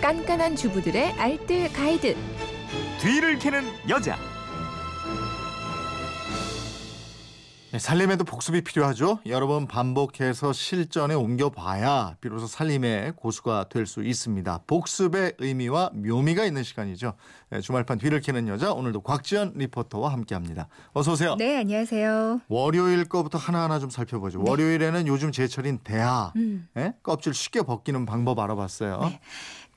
깐깐한 주부들의 알뜰 가이드. 뒤를 캐는 여자. 네, 살림에도 복습이 필요하죠. 여러 번 반복해서 실전에 옮겨봐야 비로소 살림의 고수가 될 수 있습니다. 복습의 의미와 묘미가 있는 시간이죠. 네, 주말판 뒤를 캐는 여자 오늘도 곽지연 리포터와 함께합니다. 어서 오세요. 네, 안녕하세요. 월요일 거부터 하나하나 좀 살펴보죠. 네. 월요일에는 요즘 제철인 대하. 음. 예? 껍질 쉽게 벗기는 방법 알아봤어요. 네.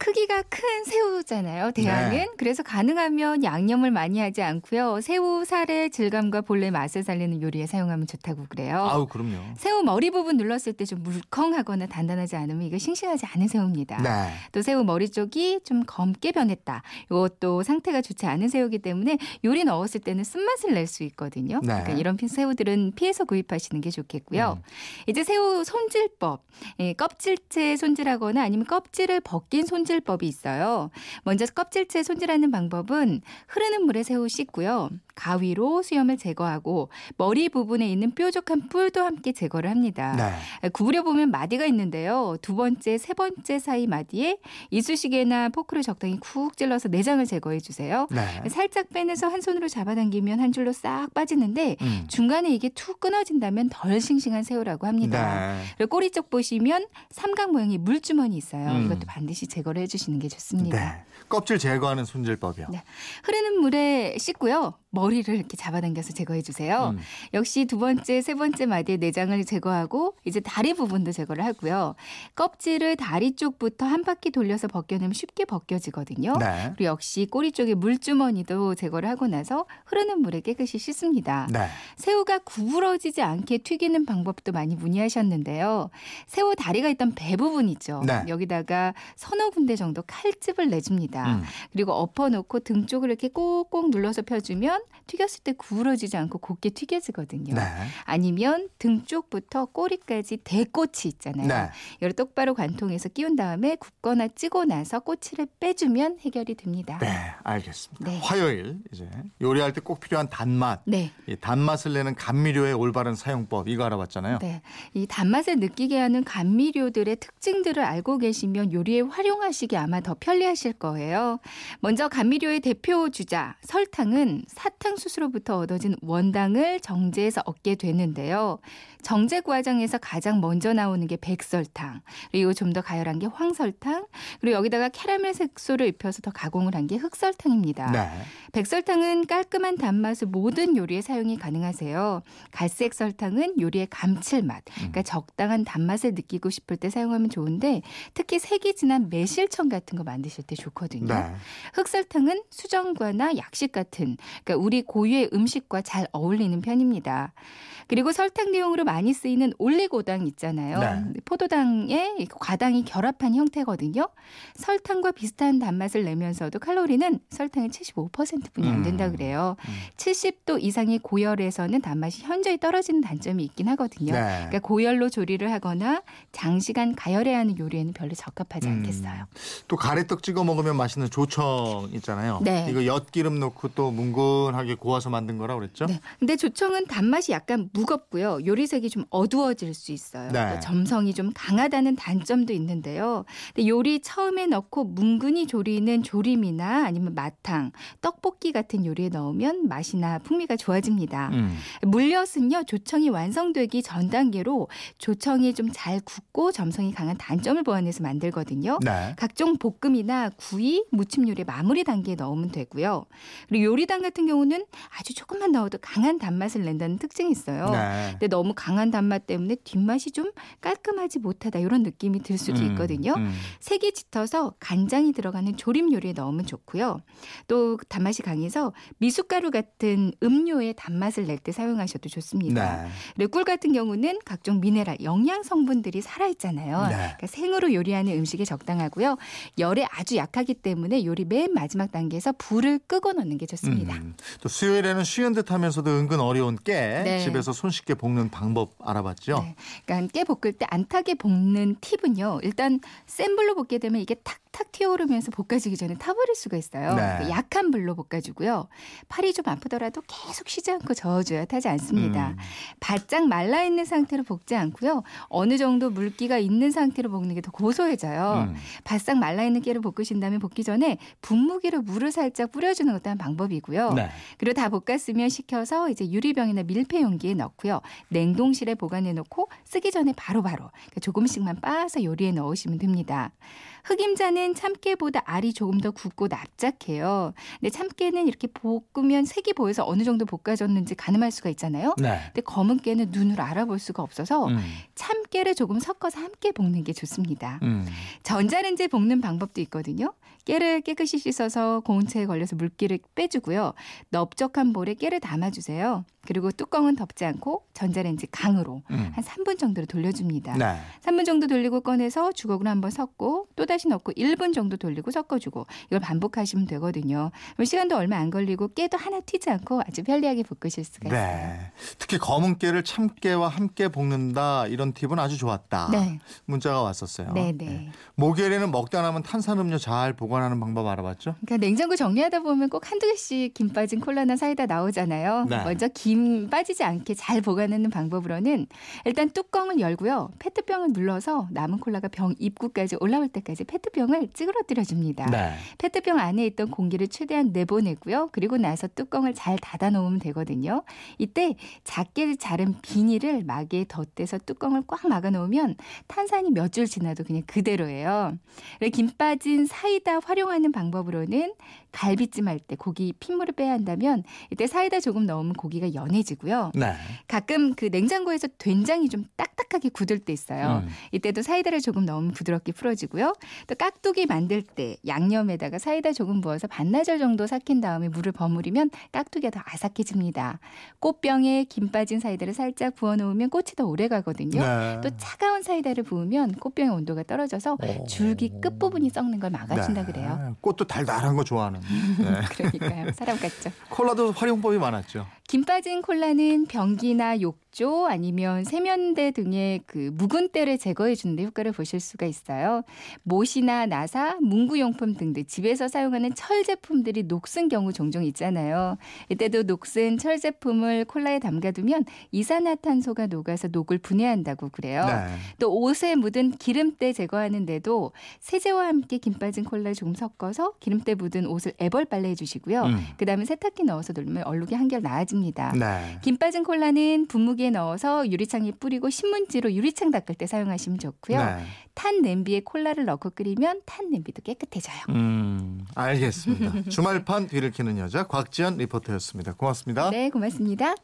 크기가 큰 새우잖아요. 대양은 네. 그래서 가능하면 양념을 많이 하지 않고요. 새우 살의 질감과 본래 맛을 살리는 요리에 사용하면 좋다고 그래요. 아우 그럼요. 새우 머리 부분 눌렀을 때 좀 물컹하거나 단단하지 않으면 이거 싱싱하지 않은 새우입니다. 네. 또 새우 머리 쪽이 좀 검게 변했다. 이것도 상태가 좋지 않은 새우기 때문에 요리 넣었을 때는 쓴맛을 낼 수 있거든요. 네. 그러니까 이런 피- 새우들은 피해서 구입하시는 게 좋겠고요. 이제 새우 손질법. 예, 껍질째 손질하거나 아니면 껍질을 벗긴 손질법이 있어요. 먼저 껍질째 손질하는 방법은 흐르는 물에 새우 씻고요. 가위로 수염을 제거하고 머리 부분에 있는 뾰족한 뿔도 함께 제거를 합니다. 네. 아, 구부려 보면 마디가 있는데요. 두 번째, 세 번째 사이 마디에 이쑤시개나 포크를 적당히 쿡 찔러서 내장을 제거해 주세요. 네. 살짝 빼내서 한 손으로 잡아당기면 한 줄로 싹 빠지는데 음. 중간에 이게 툭 끊어진다면 덜 싱싱한 새우라고 합니다. 네. 그리고 꼬리 쪽 보시면 삼각 모양의 물주머니 있어요. 음. 이것도 반드시 제거를 해주시는 게 좋습니다. 네. 껍질 제거하는 손질법이요. 네. 흐르는 물에 씻고요. 머리를 이렇게 잡아당겨서 제거해 주세요. 음. 역시 두 번째, 세 번째 마디에 내장을 제거하고 이제 다리 부분도 제거를 하고요. 껍질을 다리 쪽부터 한 바퀴 돌려서 벗겨내면 쉽게 벗겨지거든요. 네. 그리고 역시 꼬리 쪽에 물주머니도 제거를 하고 나서 흐르는 물에 깨끗이 씻습니다. 네. 새우가 구부러지지 않게 튀기는 방법도 많이 문의하셨는데요. 새우 다리가 있던 배 부분 있죠. 네. 여기다가 서너 군데 정도 칼집을 내줍니다. 음. 그리고 엎어놓고 등 쪽을 이렇게 꼭꼭 눌러서 펴주면 튀겼을 때 구부러지지 않고 곱게 튀겨지거든요. 네. 아니면 등 쪽부터 꼬리까지 대꼬치 있잖아요. 네. 이걸 똑바로 관통해서 끼운 다음에 굽거나 찌고 나서 꼬치를 빼주면 해결이 됩니다. 네, 알겠습니다. 네. 화요일 이제 요리할 때 꼭 필요한 단맛, 네. 이 단맛을 내는 감미료의 올바른 사용법 이거 알아봤잖아요. 네. 이 단맛을 느끼게 하는 감미료들의 특징들을 알고 계시면 요리에 활용하시기 아마 더 편리하실 거예요. 먼저 감미료의 대표 주자 설탕은 사탕수수로부터 얻어진 원당을 정제해서 얻게 되는데요. 정제 과정에서 가장 먼저 나오는 게 백설탕, 그리고 좀 더 가열한 게 황설탕, 그리고 여기다가 캐러멜 색소를 입혀서 더 가공을 한 게 흑설탕입니다. 네. 백설탕은 깔끔한 단맛을 모든 요리에 사용이 가능하세요. 갈색 설탕은 요리의 감칠맛, 그러니까 적당한 단맛을 느끼고 싶을 때 사용하면 좋은데 특히 색이 진한 매실청 같은 거 만드실 때 좋거든요. 네. 흑설탕은 수정과나 약식 같은 그러니까 우리 고유의 음식과 잘 어울리는 편입니다. 그리고 설탕 내용으로 많이 쓰이는 올리고당 있잖아요. 네. 포도당에 이 과당이 결합한 형태거든요. 설탕과 비슷한 단맛을 내면서도 칼로리는 설탕의 75%뿐이 음. 안 된다 그래요. 음. 70도 이상의 고열에서는 단맛이 현저히 떨어지는 단점이 있긴 하거든요. 네. 그러니까 고열로 조리를 하거나 장시간 가열해야 하는 요리에는 별로 적합하지 음. 않겠어요. 또 가래떡 찍어 먹으면 맛있는 조청 있잖아요. 네. 이거 엿기름 넣고 또 뭉근하게 고아서 만든 거라 그랬죠? 네. 근데 조청은 단맛이 약간 무겁고요. 요리색이 좀 어두워질 수 있어요. 네. 그러니까 점성이 좀 강하다는 단점도 있는데요. 근데 요리 처음에 넣고 뭉근히 조리는 조림이나 아니면 마탕, 떡볶이 같은 요리에 넣으면 맛이나 풍미가 좋아집니다. 음. 물엿은요. 조청이 완성되기 전 단계로 조청이 좀 잘 굳고 점성이 강한 단점을 보완해서 만들거든요. 네. 각종 볶음이나 구이, 무침 요리 마무리 단계에 넣으면 되고요. 그리고 요리당 같은 경우는 아주 조금만 넣어도 강한 단맛을 낸다는 특징이 있어요. 네. 근데 너무 강한 단맛 때문에 뒷맛이 좀 깔끔하지 못하다 이런 느낌이 들 수도 음, 있거든요. 음. 색이 짙어서 간장이 들어가는 조림 요리에 넣으면 좋고요. 또 단맛이 강해서 미숫가루 같은 음료에 단맛을 낼 때 사용하셔도 좋습니다. 네. 그리고 꿀 같은 경우는 각종 미네랄, 영양 성분들이 살아 있잖아요. 네. 그러니까 생으로 요리하는 음식에 적당하고요. 열에 아주 약하기 때문에 요리 맨 마지막 단계에서 불을 끄고 넣는 게 좋습니다. 음. 또 수요일에는 쉬운 듯하면서도 은근 어려운 깨 네. 집에서 손쉽게 볶는 방법 알아봤죠. 네. 그러니까 깨 볶을 때 안타게 볶는 팁은요. 일단 센 불로 볶게 되면 이게 탁 탁 튀어오르면서 볶아지기 전에 타버릴 수가 있어요. 네. 그 약한 불로 볶아주고요. 팔이 좀 아프더라도 계속 쉬지 않고 저어줘야 타지 않습니다. 음. 바짝 말라 있는 상태로 볶지 않고요. 어느 정도 물기가 있는 상태로 볶는 게 더 고소해져요. 음. 바싹 말라 있는 깨를 볶으신 다음에 볶기 전에 분무기로 물을 살짝 뿌려주는 것도 한 방법이고요. 네. 그리고 다 볶았으면 식혀서 이제 유리병이나 밀폐 용기에 넣고요. 냉동실에 보관해 놓고 쓰기 전에 바로바로 그러니까 조금씩만 빻아서 요리에 넣으시면 됩니다. 흑임자는 참깨보다 알이 조금 더 굵고 납작해요. 근데 참깨는 이렇게 볶으면 색이 보여서 어느 정도 볶아졌는지 가늠할 수가 있잖아요. 네. 근데 검은 깨는 눈으로 알아볼 수가 없어서 음. 참깨를 조금 섞어서 함께 볶는 게 좋습니다. 음. 전자레인지에 볶는 방법도 있거든요. 깨를 깨끗이 씻어서 고온체에 걸려서 물기를 빼주고요. 넓적한 볼에 깨를 담아주세요. 그리고 뚜껑은 덮지 않고 전자레인지 강으로 음. 한 3분 정도로 돌려줍니다. 네. 3분 정도 돌리고 꺼내서 주걱으로 한번 섞고 또다시 넣고 1분 정도 돌리고 섞어주고 이걸 반복하시면 되거든요. 그럼 시간도 얼마 안 걸리고 깨도 하나 튀지 않고 아주 편리하게 볶으실 수가 있어요. 네. 특히 검은깨를 참깨와 함께 볶는다 이런 팁은 아주 좋았다. 네. 문자가 왔었어요. 네, 네. 네. 목요일에는 먹다 남은 탄산음료 잘 보관하는 방법 알아봤죠? 그러니까 냉장고 정리하다 보면 꼭 한두 개씩 김 빠진 콜라나 사이다 나오잖아요. 네. 먼저 김 빠지지 않게 잘 보관하는 방법으로는 일단 뚜껑을 열고요. 페트병을 눌러서 남은 콜라가 병 입구까지 올라올 때까지 페트병을 찌그러뜨려 줍니다. 네. 페트병 안에 있던 공기를 최대한 내보내고요. 그리고 나서 뚜껑을 잘 닫아 놓으면 되거든요. 이때 작게 자른 비닐을 막에 덧대서 뚜껑을 꽉 막아 놓으면 탄산이 몇 줄 지나도 그냥 그대로예요. 그리고 김 빠진 사이다 활용하는 방법으로는 갈비찜 할 때 고기 핏물을 빼야 한다면 이때 사이다 조금 넣으면 고기가 연해지고요. 네. 가끔 그 냉장고에서 된장이 좀 딱딱하게 굳을 때 있어요. 음. 이때도 사이다를 조금 넣으면 부드럽게 풀어지고요. 또 깍두기 만들 때 양념에다가 사이다 조금 부어서 반나절 정도 삭힌 다음에 물을 버무리면 깍두기가 더 아삭해집니다. 꽃병에 김 빠진 사이다를 살짝 부어놓으면 꽃이 더 오래 가거든요. 네. 또 차가운 사이다를 부으면 꽃병의 온도가 떨어져서 오. 줄기 끝부분이 썩는 걸 막아준다 네. 그래요. 꽃도 달달한 거 좋아하는. 네. 그러니까요. 사람 같죠. 콜라도 활용법이 많았죠. 김 빠진 콜라는 변기나 욕조 아니면 세면대 등의 그 묵은 때를 제거해 주는데 효과를 보실 수가 있어요. 못이나 나사, 문구용품 등등 집에서 사용하는 철 제품들이 녹슨 경우 종종 있잖아요. 이때도 녹슨 철 제품을 콜라에 담가두면 이산화탄소가 녹아서 녹을 분해한다고 그래요. 네. 또 옷에 묻은 기름때 제거하는데도 세제와 함께 김 빠진 콜라 조금 섞어서 기름때 묻은 옷을 애벌 빨래해 주시고요. 음. 그다음에 세탁기 넣어서 놀면 얼룩이 한결 어. 나아집니다. 네. 김 빠진 콜라는 분무기에 넣어서 유리창에 뿌리고 신문지로 유리창 닦을 때 사용하시면 좋고요. 네. 탄 냄비에 콜라를 넣고 끓이면 탄 냄비도 깨끗해져요. 음, 알겠습니다. 주말판 뒤를 캐는 여자 곽지연 리포터였습니다. 고맙습니다. 네, 고맙습니다.